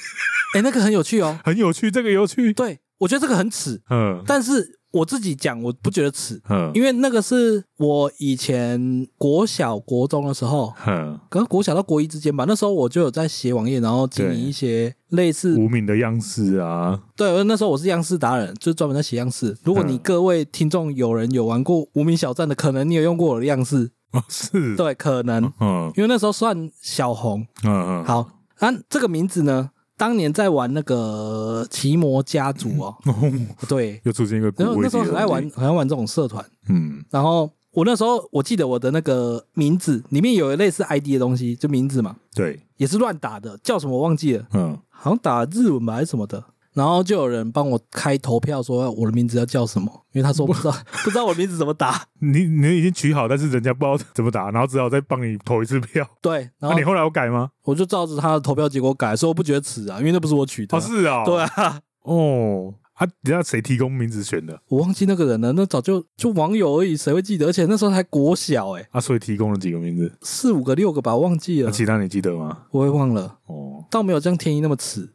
Speaker 3: 哎、那个很有趣哦。
Speaker 1: 很有趣，这个有趣。
Speaker 3: 对，我觉得这个很耻，
Speaker 1: 嗯
Speaker 3: 但是我自己讲我不觉得耻，
Speaker 1: 嗯，
Speaker 3: 因为那个是我以前国小国中的时候，
Speaker 1: 嗯，
Speaker 3: 可能国小到国一之间吧，那时候我就有在写网页，然后经营一些类似
Speaker 1: 无名的样式啊，
Speaker 3: 对，那时候我是样式达人，就专门在写样式。如果你
Speaker 1: 嗯
Speaker 3: 各位听众有人有玩过无名小站的，可能你有用过我的样式，
Speaker 1: 哦是，
Speaker 3: 对，可能
Speaker 1: 嗯
Speaker 3: 因为那时候算小红。
Speaker 1: 嗯嗯，
Speaker 3: 好，啊，这个名字呢，当年在玩那个奇魔家族哦，
Speaker 1: 哦，
Speaker 3: 对，
Speaker 1: 又出现一个古
Speaker 3: 然后
Speaker 1: 味
Speaker 3: 那时候
Speaker 1: 的
Speaker 3: 很爱
Speaker 1: 东
Speaker 3: 玩，
Speaker 1: 西，
Speaker 3: 很爱玩这种社团。
Speaker 1: 嗯
Speaker 3: 然后我那时候我记得我的那个名字里面有类似 ID 的东西，就名字嘛，
Speaker 1: 对，
Speaker 3: 也是乱打的，叫什么我忘记了，
Speaker 1: 嗯
Speaker 3: 好像打日文吧还是什么的。然后就有人帮我开投票，说我的名字要叫什么，因为他说不 知道不知道我名字怎么打。
Speaker 1: 你你已经取好，但是人家不知道怎么打，然后只好再帮你投一次票。
Speaker 3: 对，然
Speaker 1: 那
Speaker 3: 后
Speaker 1: 啊你后来有改吗？
Speaker 3: 我就照着他的投票结果改，所以我不觉得耻啊，因为那不是我取的
Speaker 1: 哦
Speaker 3: 啊。
Speaker 1: 是啊，
Speaker 3: 对啊，
Speaker 1: 哦，啊，你知道谁提供名字选的
Speaker 3: 我忘记那个人了，那早就就网友而已，谁会记得？而且那时候还国小、欸，
Speaker 1: 啊？所以提供了几个名字？
Speaker 3: 四五个六个吧，忘记
Speaker 1: 那
Speaker 3: 了，
Speaker 1: 其他你记得吗？
Speaker 3: 我也忘了，
Speaker 1: 哦，
Speaker 3: 倒没有像天一那么耻，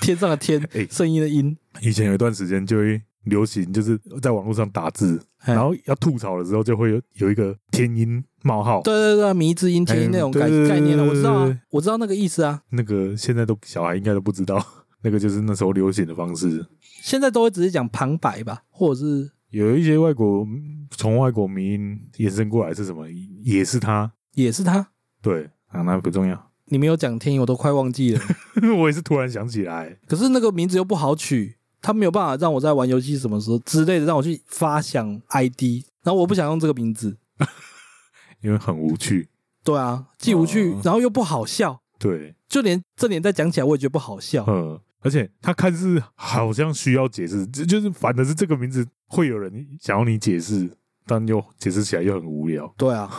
Speaker 3: 天上的天
Speaker 1: 哎，
Speaker 3: 声音的音，
Speaker 1: 以前有一段时间就会流行，就是在网络上打字，
Speaker 3: 嘿
Speaker 1: 然后要吐槽的时候就会有有一个天音冒号，
Speaker 3: 对对对，迷之音
Speaker 1: 哎
Speaker 3: 听那种
Speaker 1: 对
Speaker 3: 概
Speaker 1: 对对
Speaker 3: 概念的，
Speaker 1: 对
Speaker 3: 我知道
Speaker 1: 对对
Speaker 3: 啊，我知道那个意思啊。
Speaker 1: 那个现在都小孩应该都不知道，那个就是那时候流行的方式。
Speaker 3: 现在都会直接讲旁白吧，或者是
Speaker 1: 有一些外国嗯从外国民音衍生过来是什么，也是他，
Speaker 3: 也是他。
Speaker 1: 对啊，那不重要。
Speaker 3: 你没有讲听，我都快忘记了。
Speaker 1: 我也是突然想起来，
Speaker 3: 可是那个名字又不好取，他没有办法让我在玩游戏什么时候之类的，让我去发想 ID，然后我不想用这个名字。
Speaker 1: 因为很无趣。
Speaker 3: 对啊，既无趣，
Speaker 1: 哦
Speaker 3: 然后又不好笑，
Speaker 1: 对，
Speaker 3: 就连这点再讲起来，我也觉得不好笑。
Speaker 1: 嗯，而且他看似好像需要解释，就就是反的是这个名字会有人想要你解释，但又解释起来又很无聊。
Speaker 3: 对啊，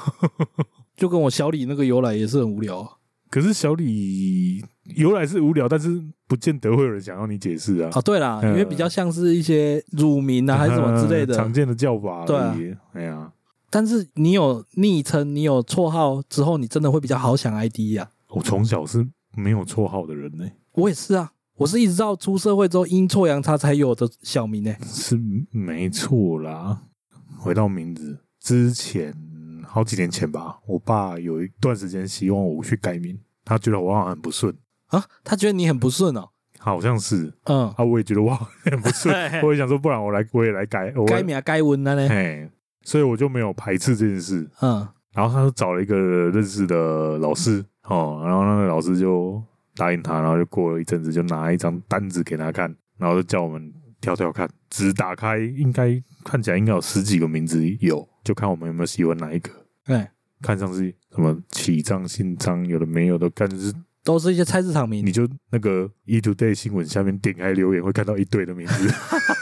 Speaker 3: 就跟我小李那个由来也是很无聊啊。
Speaker 1: 可是小李由来是无聊，但是不见得会有人想要你解释啊。
Speaker 3: 啊，对啦，因为比较像是一些乳名啊，还是 什么之类
Speaker 1: 嗯
Speaker 3: 的
Speaker 1: 常。见的叫法
Speaker 3: 对
Speaker 1: 而
Speaker 3: 啊
Speaker 1: 已。哎呀，
Speaker 3: 但是你有昵称，你有绰号之后，你真的会比较好想 ID 啊。
Speaker 1: 我从小是没有绰号的人呢、
Speaker 3: 我也是啊，我是一直到出社会之后阴错阳差才有的小名呢、
Speaker 1: 是没错啦。回到名字之前，好几年前吧，我爸有一段时间希望我去改名，他觉得我好像很不顺，
Speaker 3: 啊，他觉得你很不顺哦。
Speaker 1: 好像是
Speaker 3: 嗯，
Speaker 1: 啊，我也觉得我好像很不 顺
Speaker 3: 嘿嘿，
Speaker 1: 我也想说，不然我来我也来改，我
Speaker 3: 该名啊该文了呢。
Speaker 1: 哎，所以我就没有排斥这件事。
Speaker 3: 嗯，
Speaker 1: 然后他就找了一个认识的老师哦，然后那个老师就答应他，然后就过了一阵子，就拿一张单子给他看，然后就叫我们挑挑看，只打开应该看起来应该有十几个名字有，就看我们有没有喜欢哪一个。
Speaker 3: 哎，
Speaker 1: 看上去什么起账、新章，有的没有的，看就是
Speaker 3: 都是一些菜市场名
Speaker 1: 你。就那个 E Today 新闻下面点开留言，会看到一堆的名字。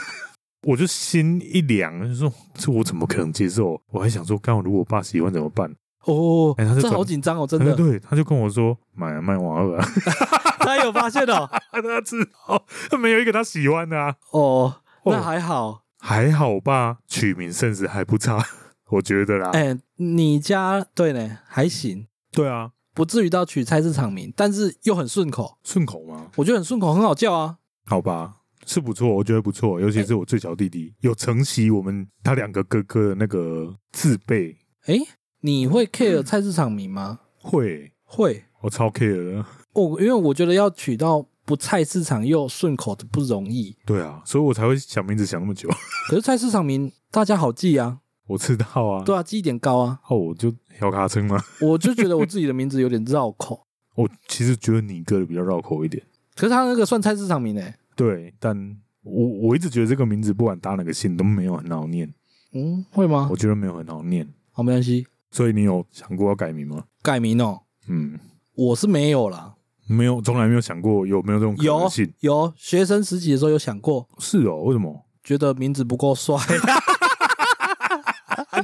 Speaker 1: 我就心一凉，就说这我怎么可能接受？我还想说，刚好如果我爸喜欢怎么办？
Speaker 3: 哦，
Speaker 1: 哎他是
Speaker 3: 这
Speaker 1: 转
Speaker 3: 好紧张哦，真
Speaker 1: 他
Speaker 3: 的
Speaker 1: 就。哎对，他就跟我说买啊卖娃娃，
Speaker 3: 他有发现哦。
Speaker 1: 他知道没有一个他喜欢的啊，
Speaker 3: 哦，
Speaker 1: 哦
Speaker 3: 那还好。
Speaker 1: 还好吧，取名甚至还不差， 我觉得啦。
Speaker 3: 哎，你家对呢，还行，
Speaker 1: 对啊，
Speaker 3: 不至于到取菜市场名，但是又很顺口。
Speaker 1: 顺口吗？
Speaker 3: 我觉得很顺口，很好叫啊。
Speaker 1: 好吧，是不错，我觉得不错，尤其是我最小弟弟有承袭我们他两个哥哥的那个自备，
Speaker 3: 哎，你
Speaker 1: 嗯
Speaker 3: 会 care 菜市场名吗？
Speaker 1: 会，
Speaker 3: 会。
Speaker 1: 我超 care 的。
Speaker 3: 我因为我觉得要取到不菜市场又顺口的不容易，
Speaker 1: 对啊，所以我才会想名字想那么久。
Speaker 3: 可是菜市场名大家好记啊，
Speaker 1: 我知道啊，
Speaker 3: 对啊，记忆点高啊。
Speaker 1: 哦，我就小卡称嘛。
Speaker 3: 我就觉得我自己的名字有点绕口，
Speaker 1: 我其实觉得你哥的比较绕口一点。
Speaker 3: 可是他那个算菜市场名诶、
Speaker 1: 对，但我我一直觉得这个名字不管搭哪个姓都没有很好念，
Speaker 3: 嗯，会吗
Speaker 1: 我？觉得没有很好念。
Speaker 3: 好，没关系，
Speaker 1: 所以你有想过要改名吗？
Speaker 3: 改名哦，
Speaker 1: 嗯，
Speaker 3: 我是没有啦，
Speaker 1: 没有，从来没有想过有没有这种可能
Speaker 3: 有
Speaker 1: 性。
Speaker 3: 有学生时期的时候有想过，
Speaker 1: 是哦，为什么？
Speaker 3: 觉得名字不 够帅，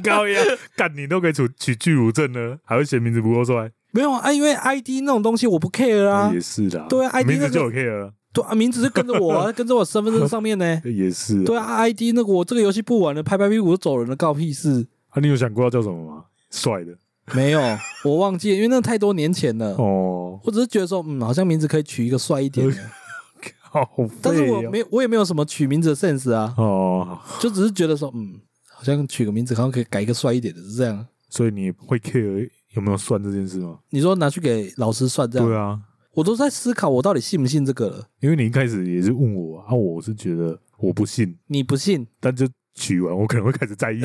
Speaker 1: 高呀，啊干你都可以取取巨乳症了，还会嫌名字不够帅？
Speaker 3: 没有啊，因为 ID 那种东西我不 care 啊
Speaker 1: 哦也，是啦，
Speaker 3: 对啊，ID
Speaker 1: 名字
Speaker 3: 那个
Speaker 1: 就有 care 了，
Speaker 3: 对啊，名字是跟着我啊， 跟着我身份证上面呢、
Speaker 1: 也是啊。
Speaker 3: 对啊，ID 那个我这个游戏不玩了，拍拍屁股就走人了，告屁事。
Speaker 1: 啊，你有想过要叫什么吗？帅的
Speaker 3: 没有，我忘记了，因为那太多年前了。
Speaker 1: 哦，
Speaker 3: 我只是觉得说，嗯，好像名字可以取一个帅一 点的，
Speaker 1: 好
Speaker 3: 但是我
Speaker 1: 废哦
Speaker 3: 没有，我也没有什么取名字的 sense 啊，
Speaker 1: 哦，
Speaker 3: 就只是觉得说，嗯，好像取个名字好像可以改一个帅一点的，是这样。
Speaker 1: 所以你会 care 有没有算这件事吗？
Speaker 3: 你说拿去给老师算这样，
Speaker 1: 对啊，
Speaker 3: 我都在思考我到底信不信这个了。
Speaker 1: 因为你一开始也是问我啊，我是觉得我不信，
Speaker 3: 你不信，
Speaker 1: 但就取完我可能会开始 在意。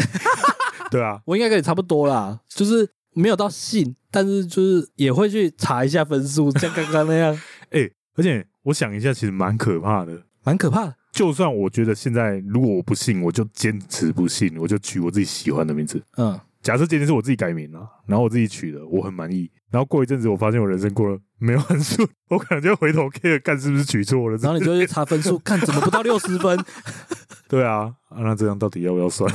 Speaker 1: 对啊，
Speaker 3: 我应该跟你差不多啦，就是没有到信，但是就是也会去查一下分数，像刚刚 那样，
Speaker 1: 哎、而且我想一下，其实蛮可怕的。
Speaker 3: 蛮可怕的。
Speaker 1: 就算我觉得现在如果我不信，我就坚持不信，我就取我自己喜欢的名字。
Speaker 3: 嗯，
Speaker 1: 假设今天是我自己改名了、然后我自己取的，我很满意。然后过一阵子，我发现我人生过得没有很顺， 我可能就回头 care 干是不是取错了。
Speaker 3: 然后你就去查分数，看怎么不到六十分。
Speaker 1: 对啊，啊那这样到底要不要算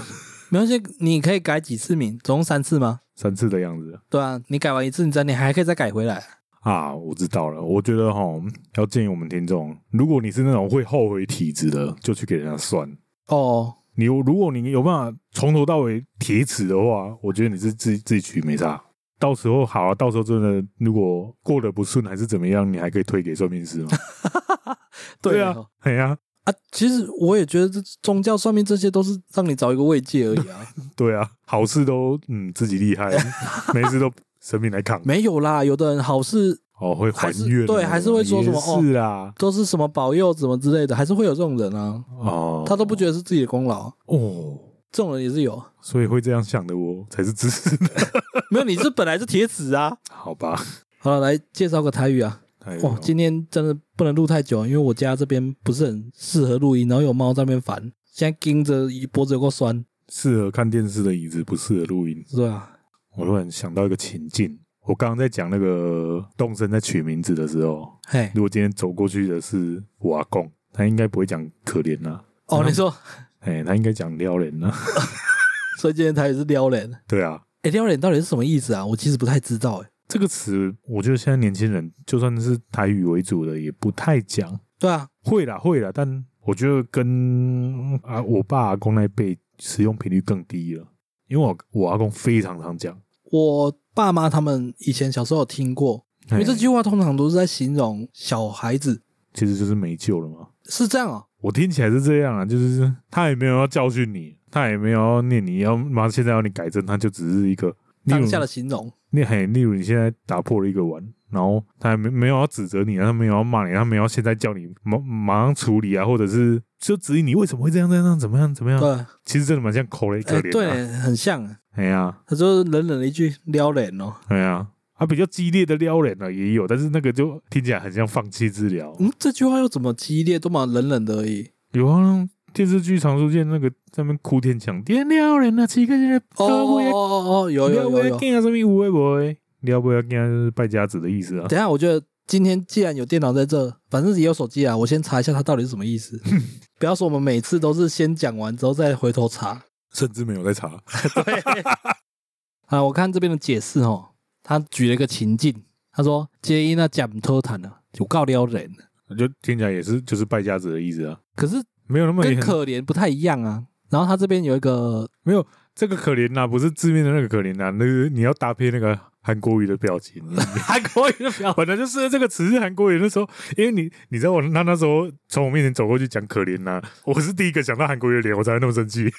Speaker 3: 没关系，你可以改几次名，总共三次吗？
Speaker 1: 三次的样子？
Speaker 3: 对啊，你改完一次，你再你还可以再改回来。
Speaker 1: 啊，我知道了。我觉得哈，要建议我们听众，如果你是那种会后悔体质的，就去给人家算。
Speaker 3: 哦，
Speaker 1: 你有如果你有办法从头到尾铁齿的话，我觉得你是自己自己取没差。到时候好啊，到时候真的如果过得不顺还是怎么样，你还可以推给算命师嘛？
Speaker 3: 对
Speaker 1: 啊
Speaker 3: 哦，
Speaker 1: 哎呀、
Speaker 3: 啊，其实我也觉得这宗教算命这些都是让你找一个慰藉而已啊。
Speaker 1: 对啊，好事都嗯自己厉害，没事都神明来扛。
Speaker 3: 没有啦，有的人好事
Speaker 1: 哦，会还
Speaker 3: 还是
Speaker 1: 愿哦，
Speaker 3: 对还是会说什么
Speaker 1: 也是啊，
Speaker 3: 都是什么保佑怎么之类的，还是会有这种人啊，
Speaker 1: 哦，
Speaker 3: 他都不觉得是自己的功劳，
Speaker 1: 哦，
Speaker 3: 这种人也是有。
Speaker 1: 所以会这样想的我才是自私的，
Speaker 3: 没有，你这本来是铁齿啊。
Speaker 1: 好吧？
Speaker 3: 好了，来介绍个台语啊。
Speaker 1: 哎
Speaker 3: 哇
Speaker 1: 呦，
Speaker 3: 今天真的不能录太久，因为我家这边不是很适合录音，然后有猫在那边烦，现在盯着脖子有够酸，
Speaker 1: 适合看电视的椅子不适合录音。
Speaker 3: 是吧？
Speaker 1: 我突然想到一个情境，我刚刚在讲那个动身在取名字的时候，
Speaker 3: 嘿，
Speaker 1: 如果今天走过去的是我阿公，他应该不会讲可怜呐、
Speaker 3: 哦，你说，
Speaker 1: 哎、他应该讲撩人呐、
Speaker 3: 所以今天台语是撩脸，
Speaker 1: 对啊，
Speaker 3: 哎，撩脸到底是什么意思啊？我其实不太知道，哎，
Speaker 1: 这个词我觉得现在年轻人就算是台语为主的也不太讲，
Speaker 3: 对啊，
Speaker 1: 会啦会啦，但我觉得跟啊我爸阿公那一辈使用频率更低了，因为我我阿公非常常讲，
Speaker 3: 我爸妈他们以前小时候有听过，因为这句话通常都是在形容小孩子，
Speaker 1: 哎其实就是没救了嘛。
Speaker 3: 是这样哦，
Speaker 1: 我听起来是这样啊，就是他也没有要教训你，他也没有要念你要妈现在要你改正，他就只是一个例如
Speaker 3: 当下的形容，
Speaker 1: 你嘿，例如你现在打破了一个碗，然后他还没没有要指责你啊，他没有要骂你，他没有要现在叫你马马上处理啊，或者是就指引你为什么会这样这样这样怎么样怎么样，
Speaker 3: 对，
Speaker 1: 其实真的蛮像口雷嗯可
Speaker 3: 哎，
Speaker 1: 怜的、啊，
Speaker 3: 对，很像，
Speaker 1: 哎呀
Speaker 3: 他就是冷冷的一句撩脸哦，
Speaker 1: 哎呀，啊比较激烈的撩人呢、啊也有，但是那个就听起来很像放弃治疗，
Speaker 3: 嗯，这句话又怎么激烈，都嘛冷冷的而已。
Speaker 1: 有啊。电视剧常出现那个在那边哭天抢地撩人啊，七个人
Speaker 3: 哦
Speaker 1: 各位
Speaker 3: 哦哦哦，有
Speaker 1: 撩
Speaker 3: 有有
Speaker 1: 不
Speaker 3: 有
Speaker 1: 要。干啊，什么无为不为，撩不要干啊就是败家子的意思啊。
Speaker 3: 等一下，我觉得今天既然有电脑在这，反正也有手机啊，我先查一下它到底是什么意 思。不要说我们每次都是先讲完之后再回头查。
Speaker 1: 甚至没有在查，
Speaker 3: 对。啊，我看这边的解释哦，他举了一个情境，他说接一那讲偷谈了，有告撩人，
Speaker 1: 就听起来也是就是败家子的意思啊。
Speaker 3: 可是
Speaker 1: 没有那么
Speaker 3: 跟
Speaker 1: 严
Speaker 3: 可怜不太一样啊。然后他这边有一个
Speaker 1: 没有这个可怜呐、不是字面的那个可怜呐、啊那个你要搭配那个韩国语的表情。
Speaker 3: 韩国语的表，啊
Speaker 1: 本来就是这个词是韩国语那时候，因为你你知道我他那时候从我面前走过去讲可怜呐、我是第一个想到韩国语的脸，我才会那么生 气。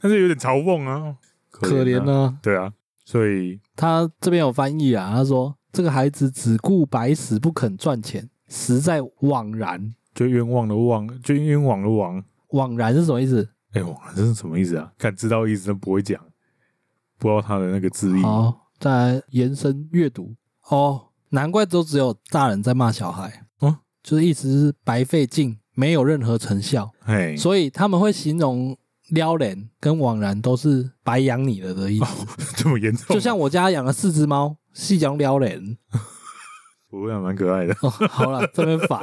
Speaker 1: 但是有点嘲讽啊，
Speaker 3: 可怜
Speaker 1: 呐、
Speaker 3: 呢、
Speaker 1: 对啊，所以
Speaker 3: 他这边有翻译啊，他说这个孩子只顾白死不肯赚钱，实在枉然。
Speaker 1: 就冤枉的枉，就冤枉的枉。
Speaker 3: 枉然是什么意思？
Speaker 1: 哎、枉然这是什么意思啊？看知道意思但不会讲，不知道他的那个字义。
Speaker 3: 好，再来哦延伸阅读哦，难怪都只有大人在骂小孩
Speaker 1: 哦，
Speaker 3: 就是一直是白费劲，没有任何成效，
Speaker 1: 哎，
Speaker 3: 所以他们会形容撩人跟枉然都是白养你了的意思。
Speaker 1: 这么严重，
Speaker 3: 就像我家养了四只猫，细讲撩人，
Speaker 1: 我想蛮可爱的。
Speaker 3: 哦，好了，这边 烦，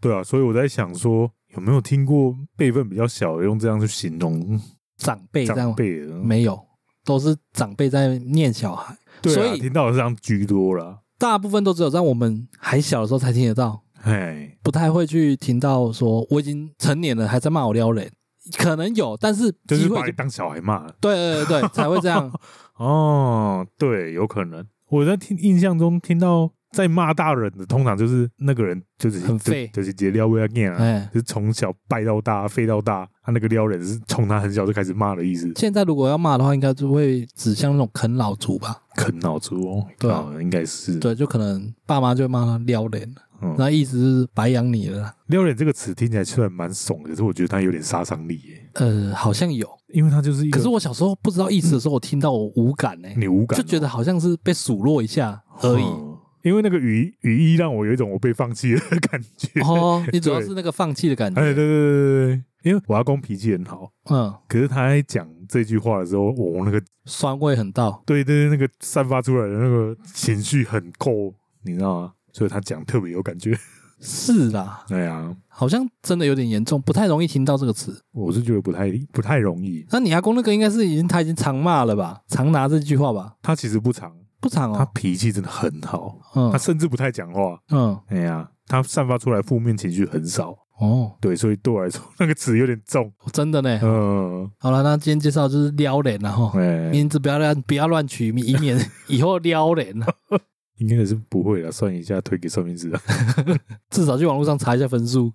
Speaker 1: 对啊，所以我在想说，有没有听过辈分比较小的用这样去形容
Speaker 3: 长辈这样
Speaker 1: 长辈的？
Speaker 3: 没有，都是长辈在念小孩。
Speaker 1: 对
Speaker 3: 所
Speaker 1: 啊，
Speaker 3: 以
Speaker 1: 听到的是这样居多啦。
Speaker 3: 大部分都只有在我们还小的时候才听得到，
Speaker 1: 哎，
Speaker 3: 不太会去听到说我已经成年了还在骂我撩人，可能有，但是
Speaker 1: 就
Speaker 3: 机
Speaker 1: 是
Speaker 3: 会
Speaker 1: 把你
Speaker 3: 就
Speaker 1: 当小孩骂
Speaker 3: 对对 对对才会这样。
Speaker 1: 哦。对，有可能。我在听印象中听到在骂大人的，通常就是那个人就是
Speaker 3: 很废
Speaker 1: 就是直接撩不要念啊，
Speaker 3: 哎，
Speaker 1: 就是从小拜到大，废到大。他那个撩人是从他很小就开始骂的意思，
Speaker 3: 现在如果要骂的话，应该就会指向那种啃老族吧？
Speaker 1: 啃老族哦，
Speaker 3: 对啊
Speaker 1: 哦应该是
Speaker 3: 对，就可能爸妈就会骂他撩人，
Speaker 1: 嗯
Speaker 3: 那意思就是白养你了啦。
Speaker 1: 撩人这个词听起来虽然蛮怂的，可是我觉得它有点杀伤力耶，
Speaker 3: 呃，好像有，
Speaker 1: 因为它就是一个
Speaker 3: 可是我小时候不知道意思的时候，我听到我无感呢、
Speaker 1: 你无感
Speaker 3: 就
Speaker 1: 哦、
Speaker 3: 觉得好像是被数落一下而已。
Speaker 1: 嗯因为那个雨雨衣让我有一种我被放弃的 感觉。
Speaker 3: 哦，你主要
Speaker 1: 对
Speaker 3: 是那个放弃的感觉。
Speaker 1: 哎，对对对对对，因为我阿公脾气很好，
Speaker 3: 嗯，
Speaker 1: 可是他在讲这句话的时候，我、那个
Speaker 3: 酸味很到。
Speaker 1: 对对对，那个散发出来的那个情绪很够，你知道吗？所以他讲特别有感觉。
Speaker 3: 是啦，
Speaker 1: 对啊，
Speaker 3: 好像真的有点严重，不太容易听到这个词。
Speaker 1: 我是觉得不太不太容易。
Speaker 3: 那你阿公那个应该是已经他已经常骂了吧，常拿这句话吧？
Speaker 1: 他其实不长，
Speaker 3: 不常
Speaker 1: 他
Speaker 3: 哦，
Speaker 1: 脾气真的很好，
Speaker 3: 嗯
Speaker 1: 他甚至不太讲话。
Speaker 3: 嗯
Speaker 1: 哎呀、他散发出来负面情绪很少。
Speaker 3: 哦，
Speaker 1: 对，所以对我来说 那个词有点重。
Speaker 3: 真的呢。
Speaker 1: 嗯，
Speaker 3: 好了，那今天介绍就是撩人了哈，
Speaker 1: 哎、
Speaker 3: 名字不要乱不要乱取，以免以后撩人啊。
Speaker 1: 应该是不会了，算一下推给算命师啊。
Speaker 3: 至少去网络上查一下分数。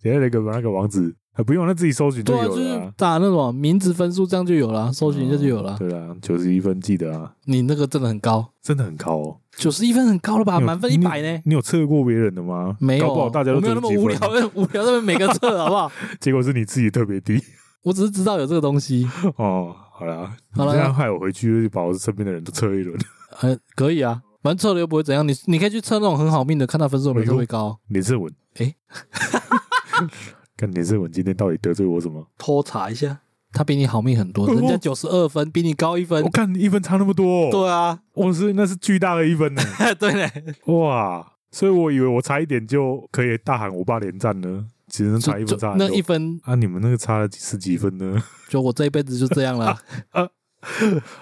Speaker 1: 等一下那个那个网址啊，不用，那自己搜寻就
Speaker 3: 对啊，
Speaker 1: 有
Speaker 3: 就是
Speaker 1: 了啊。
Speaker 3: 打那种名字分数，这样就有了，搜寻一下就有了。
Speaker 1: 嗯哦对啦，九十一分记得啊，
Speaker 3: 你那个真的很高，
Speaker 1: 真的很高哦。
Speaker 3: 九十一分很高了吧？
Speaker 1: 你有
Speaker 3: 啊满分一百呢？
Speaker 1: 你有测过别人的吗？
Speaker 3: 没
Speaker 1: 嗯
Speaker 3: 有，
Speaker 1: 搞不好大家都
Speaker 3: 我没有那么
Speaker 1: 90
Speaker 3: 无
Speaker 1: 分
Speaker 3: 聊， 无聊那么每个测好不好？
Speaker 1: 结果是你自己特别低
Speaker 3: 我只是知道有这个东西，
Speaker 1: 哦。好啦，
Speaker 3: 好
Speaker 1: 你这样
Speaker 3: 了，
Speaker 1: 害我回去就把我身边的人都测一轮。
Speaker 3: 呃，可以啊，反正测了又不会怎样。你你可以去测那种很好命的，看他分数有没有特别高。
Speaker 1: 连胜文，
Speaker 3: 诶
Speaker 1: 看连胜文今天到底得罪我什么？
Speaker 2: 偷查一下，
Speaker 3: 他比你好命很多，
Speaker 1: 哦
Speaker 3: 人家九十二分，比你高一分
Speaker 2: 哦
Speaker 1: 我。看一分差那么多、哦，
Speaker 3: 对啊，
Speaker 1: 我是那是巨大的一分呢，
Speaker 3: 对嘞，
Speaker 1: 哇！所以我以为我差一点就可以大喊我爸连战呢，只能差一
Speaker 3: 就
Speaker 1: 分差很多
Speaker 3: 那一分，
Speaker 1: 啊！你们那个差了几十几分呢？
Speaker 3: 就我这一辈子就这样 了。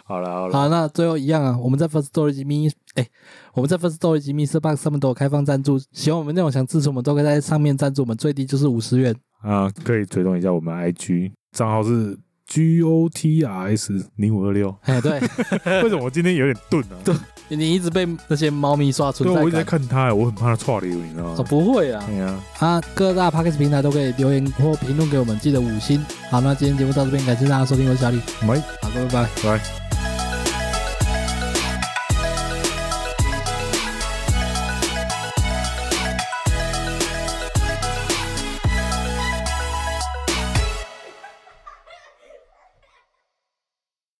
Speaker 1: 好了好了，
Speaker 3: 好，那最后一样啊，我们在 First Story 及 Mi，哎、我们在 First Story 及 Mr. Box 上面都有开放赞助，喜欢我们内容想支持我们，都可以在上面赞助我们，最低就是五十元。
Speaker 1: 啊，可以追踪一下我们 IG 账号是 G O T R S 零五二 六。
Speaker 3: 哎， 对
Speaker 1: 为什么我今天有点钝啊？对，
Speaker 3: 你一直被那些猫咪刷存
Speaker 1: 我一直
Speaker 3: 在
Speaker 1: 在
Speaker 3: 感。
Speaker 1: 看他，我很怕他错流，你知道
Speaker 3: 哦，
Speaker 1: 吗？
Speaker 3: 不会啊
Speaker 1: 哎，呀，
Speaker 3: 啊，各大 p o c k e t 平台都可以留言或评论给我们，记得五星。好，那今天节目到这边，感谢大家收听，我是小李，
Speaker 1: 没。
Speaker 3: 好，各位拜拜。
Speaker 1: 拜。